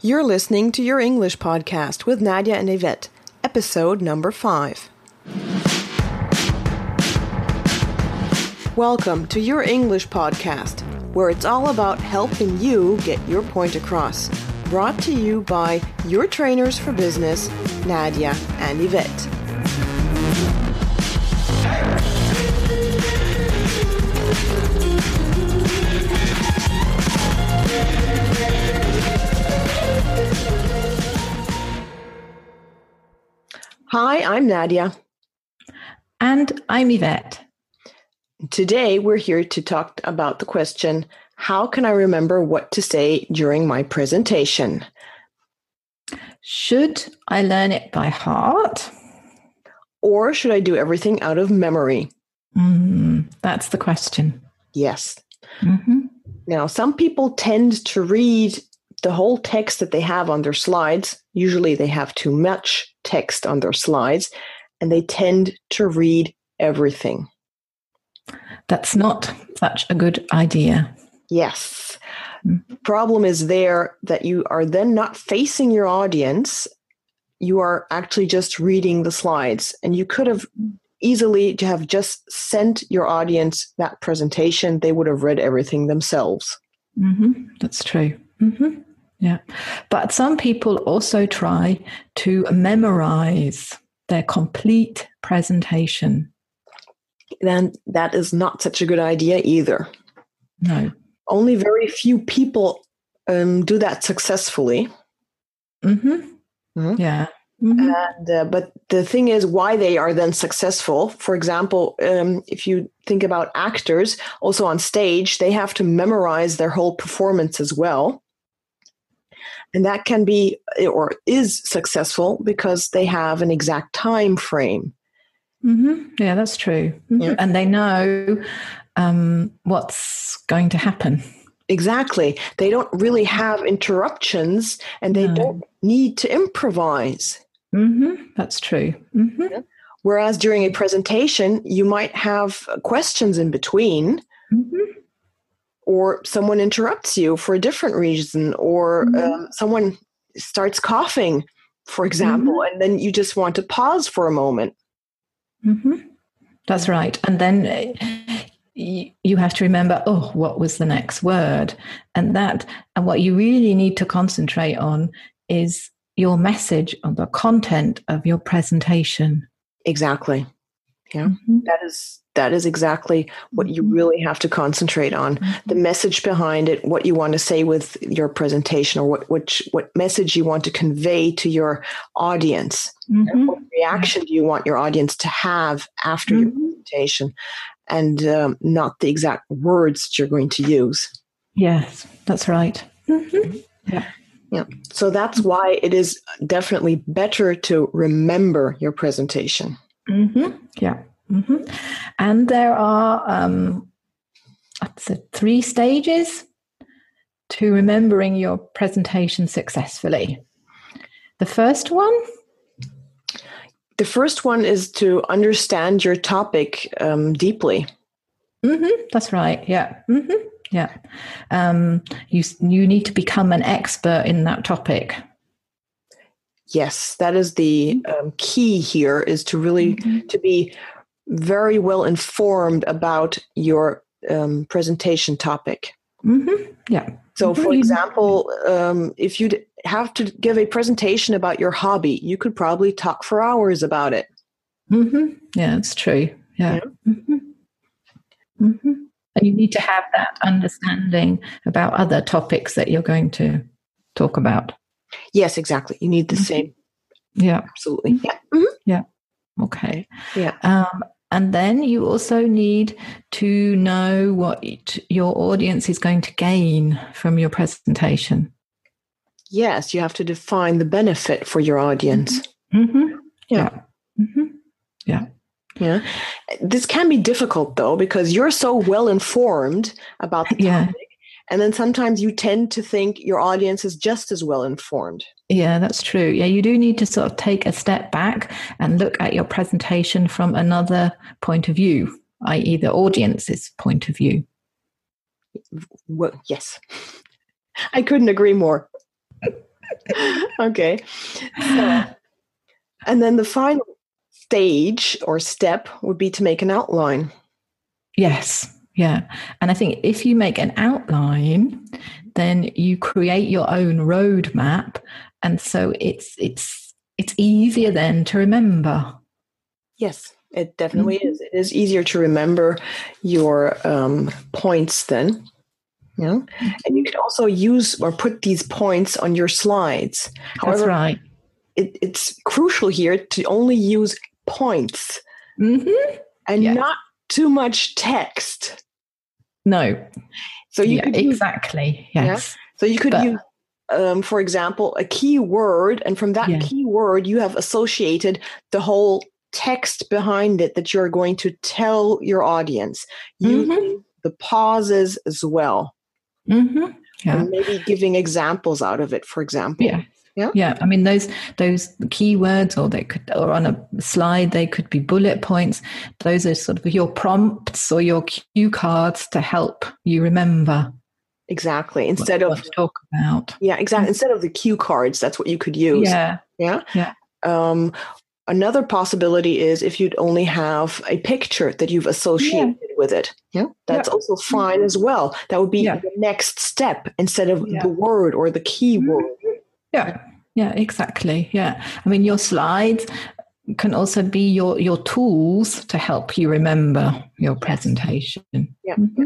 You're listening to Your English Podcast with Nadia and Yvette, episode number five. Welcome to Your English Podcast, where it's all about helping you get your point across. Brought to you by your trainers for business, Nadia and Yvette. Hi, I'm Nadia. And I'm Yvette. Today, we're here to talk about the question How can I remember what to say during my presentation? Should I learn it by heart? Or should I do everything out of memory? Mm, that's the question. Yes. hmm Now, some people tend to read the whole text that they have on their slides. Usually, they have too much text on their slides, and they tend to read everything. That's not such a good idea. Yes. Mm. Problem is there that you are then not facing your audience. You are actually just reading the slides and you could have easily to have just sent your audience that presentation. They would have read everything themselves. hmm That's true. hmm Yeah. But some people also try to memorize their complete presentation. Then that is not such a good idea either. No. Only very few people um, do that successfully. hmm Mhm. Yeah. Mhm. And, uh, but the thing is, why they are then successful. For example, um, if you think about actors, also on stage, they have to memorize their whole performance as well. And that can be uh, or is successful because they have an exact time frame. hmm Yeah, that's true. Mhm. Yeah. And they know um, what's going to happen. Exactly. They don't really have interruptions and they No. don't need to improvise. hmm That's true. hmm Whereas during a presentation, you might have questions in between. Mhm. or someone interrupts you for a different reason, or Mhm. uh, someone starts coughing, for example, and then you just want to pause for a moment. Mhm. That's right. And then uh, y- you have to remember, oh, what was the next word? And that, and what you really need to concentrate on is your message on the content of your presentation. Exactly. Yeah. Mhm. That is that is exactly what you Mhm. really have to concentrate on. The message behind it, what you want to say with your presentation, or what which what message you want to convey to your audience. Mhm. What reaction do you want your audience to have after your Mhm. presentation, and um, not the exact words that you're going to use. Yes, that's right. Mhm. So that's why it is definitely better to remember your presentation. Mhm. Yeah. hmm And there are um, what's it, three stages to remembering your presentation successfully. The first one, The first one is to understand your topic um, deeply. hmm that's right. Yeah. hmm Yeah. Um, you, s- you need to become an expert in that topic. Yes, that is the um, key here is to really Mm-hmm. to be very well informed about your um, presentation topic. hmm Yeah. So, for Really? example, um, if you have to give a presentation about your hobby, you could probably talk for hours about it. hmm Yeah, it's true. Yeah. hmm hmm And you need to have that understanding about other topics that you're going to talk about. Yes, exactly. You need the Mhm. same. Yeah. Absolutely. Yeah. Mhm. Okay. Yeah. Um, and then you also need to know what it- your audience is going to gain from your presentation. Yes, you have to define the benefit for your audience. Mm-hmm. Yeah. hmm Yeah. This can be difficult though, because you're so well informed about the topic. Yeah. And then sometimes you tend to think your audience is just as well informed. Yeah, that's true. Yeah, you do need to sort of take a step back and look at your presentation from another point of view, i.e., the audience's point of view. Well, yes. I couldn't agree more. okay. So, and then the final stage or step would be to make an outline. Yes. Yeah. And I think if you make an outline, then you create your own roadmap. And so it's it's it's easier then to remember. Yes, it definitely mm-hmm. is. It is easier to remember your um, points then. Yeah. And you can also use or put these points on your slides. However, That's right. It, it's crucial here to only use points mm-hmm. and yes. not too much text. No. So you yeah, could use, exactly. yes. Yeah? So you could but, use, um, for example, a keyword, and from that yeah. keyword, you have associated the whole text behind it that you're going to tell your audience. You mm-hmm. the pauses as well. Mm-hmm. Yeah. And maybe giving examples out of it, for example. Yeah. Yeah. yeah. I mean, those those keywords, or they could, or on a slide, they could be bullet points. Those are sort of your prompts or your cue cards to help you remember. Exactly. Instead of talk about. Yeah, exactly. Instead of the cue cards, that's what you could use. Yeah. Yeah. Yeah. Um, another possibility is if you'd only have a picture that you've associated yeah. with it. Yeah. That's yeah. also fine as well. That would be the next step instead of the word or the keyword. Mm-hmm. Yeah, yeah, exactly. Yeah, I mean, your slides can also be your your tools to help you remember your presentation. Yeah, mm-hmm.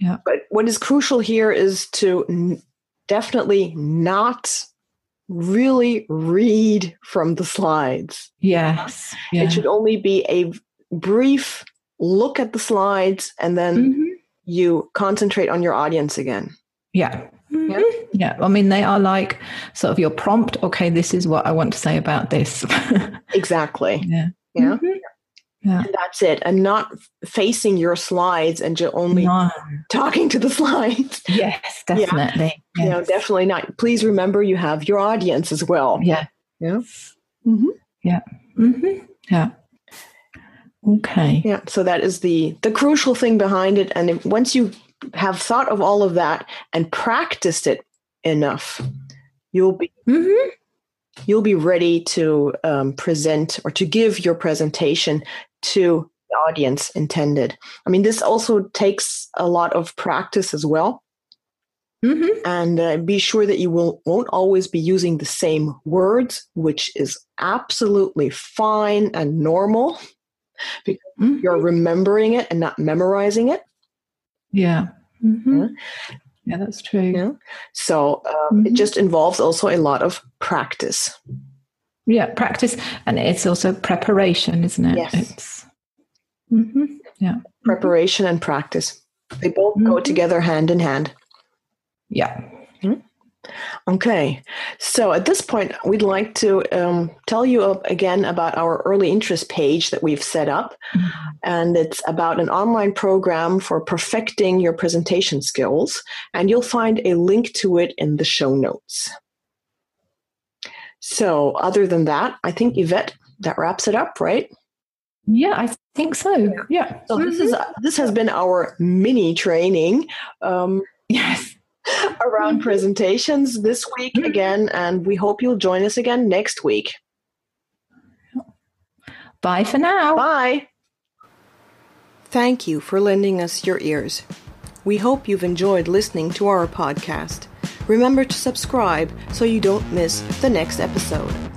yeah. But what is crucial here is to n- definitely not really read from the slides. Yes, yeah. it should only be a brief look at the slides, and then mm-hmm. you concentrate on your audience again. Yeah, yeah. yeah. I mean, they are like sort of your prompt. Okay, this is what I want to say about this. exactly. Yeah. Yeah. Mm-hmm. yeah. And that's it. And not facing your slides and just only no. talking to the slides. Yes, definitely. Yeah. Yes. You know, definitely not. Please remember you have your audience as well. Yeah. Yeah. Mm-hmm. Yeah. Mm-hmm. Yeah. Okay. Yeah. So that is the the crucial thing behind it. And if, once you have thought of all of that and practiced it enough, you'll be mm-hmm. you'll be ready to um, present or to give your presentation to the audience intended. I mean, this also takes a lot of practice as well, mm-hmm. and uh, be sure that you will won't always be using the same words, which is absolutely fine and normal. Because mm-hmm. you're remembering it and not memorizing it. Yeah. Mm-hmm. yeah. Yeah, that's true. Yeah. So um, mm-hmm. it just involves also a lot of practice. Yeah, practice. And it's also preparation, isn't it? Yes. Mm-hmm. Yeah. Preparation and practice. They both go together hand in hand. Hmm? Yeah. Okay, so at this point, we'd like to um, tell you again about our early interest page that we've set up. Mm-hmm. And it's about an online program for perfecting your presentation skills. And you'll find a link to it in the show notes. So, other than that, I think Yvette, that wraps it up, right? Yeah, I think so. Yeah. So mm-hmm. this is this has been our mini training. Um, yes around presentations this week again, and we hope you'll join us again next week. Bye for now. Bye. Thank you for lending us your ears. We hope you've enjoyed listening to our podcast. Remember to subscribe so you don't miss the next episode.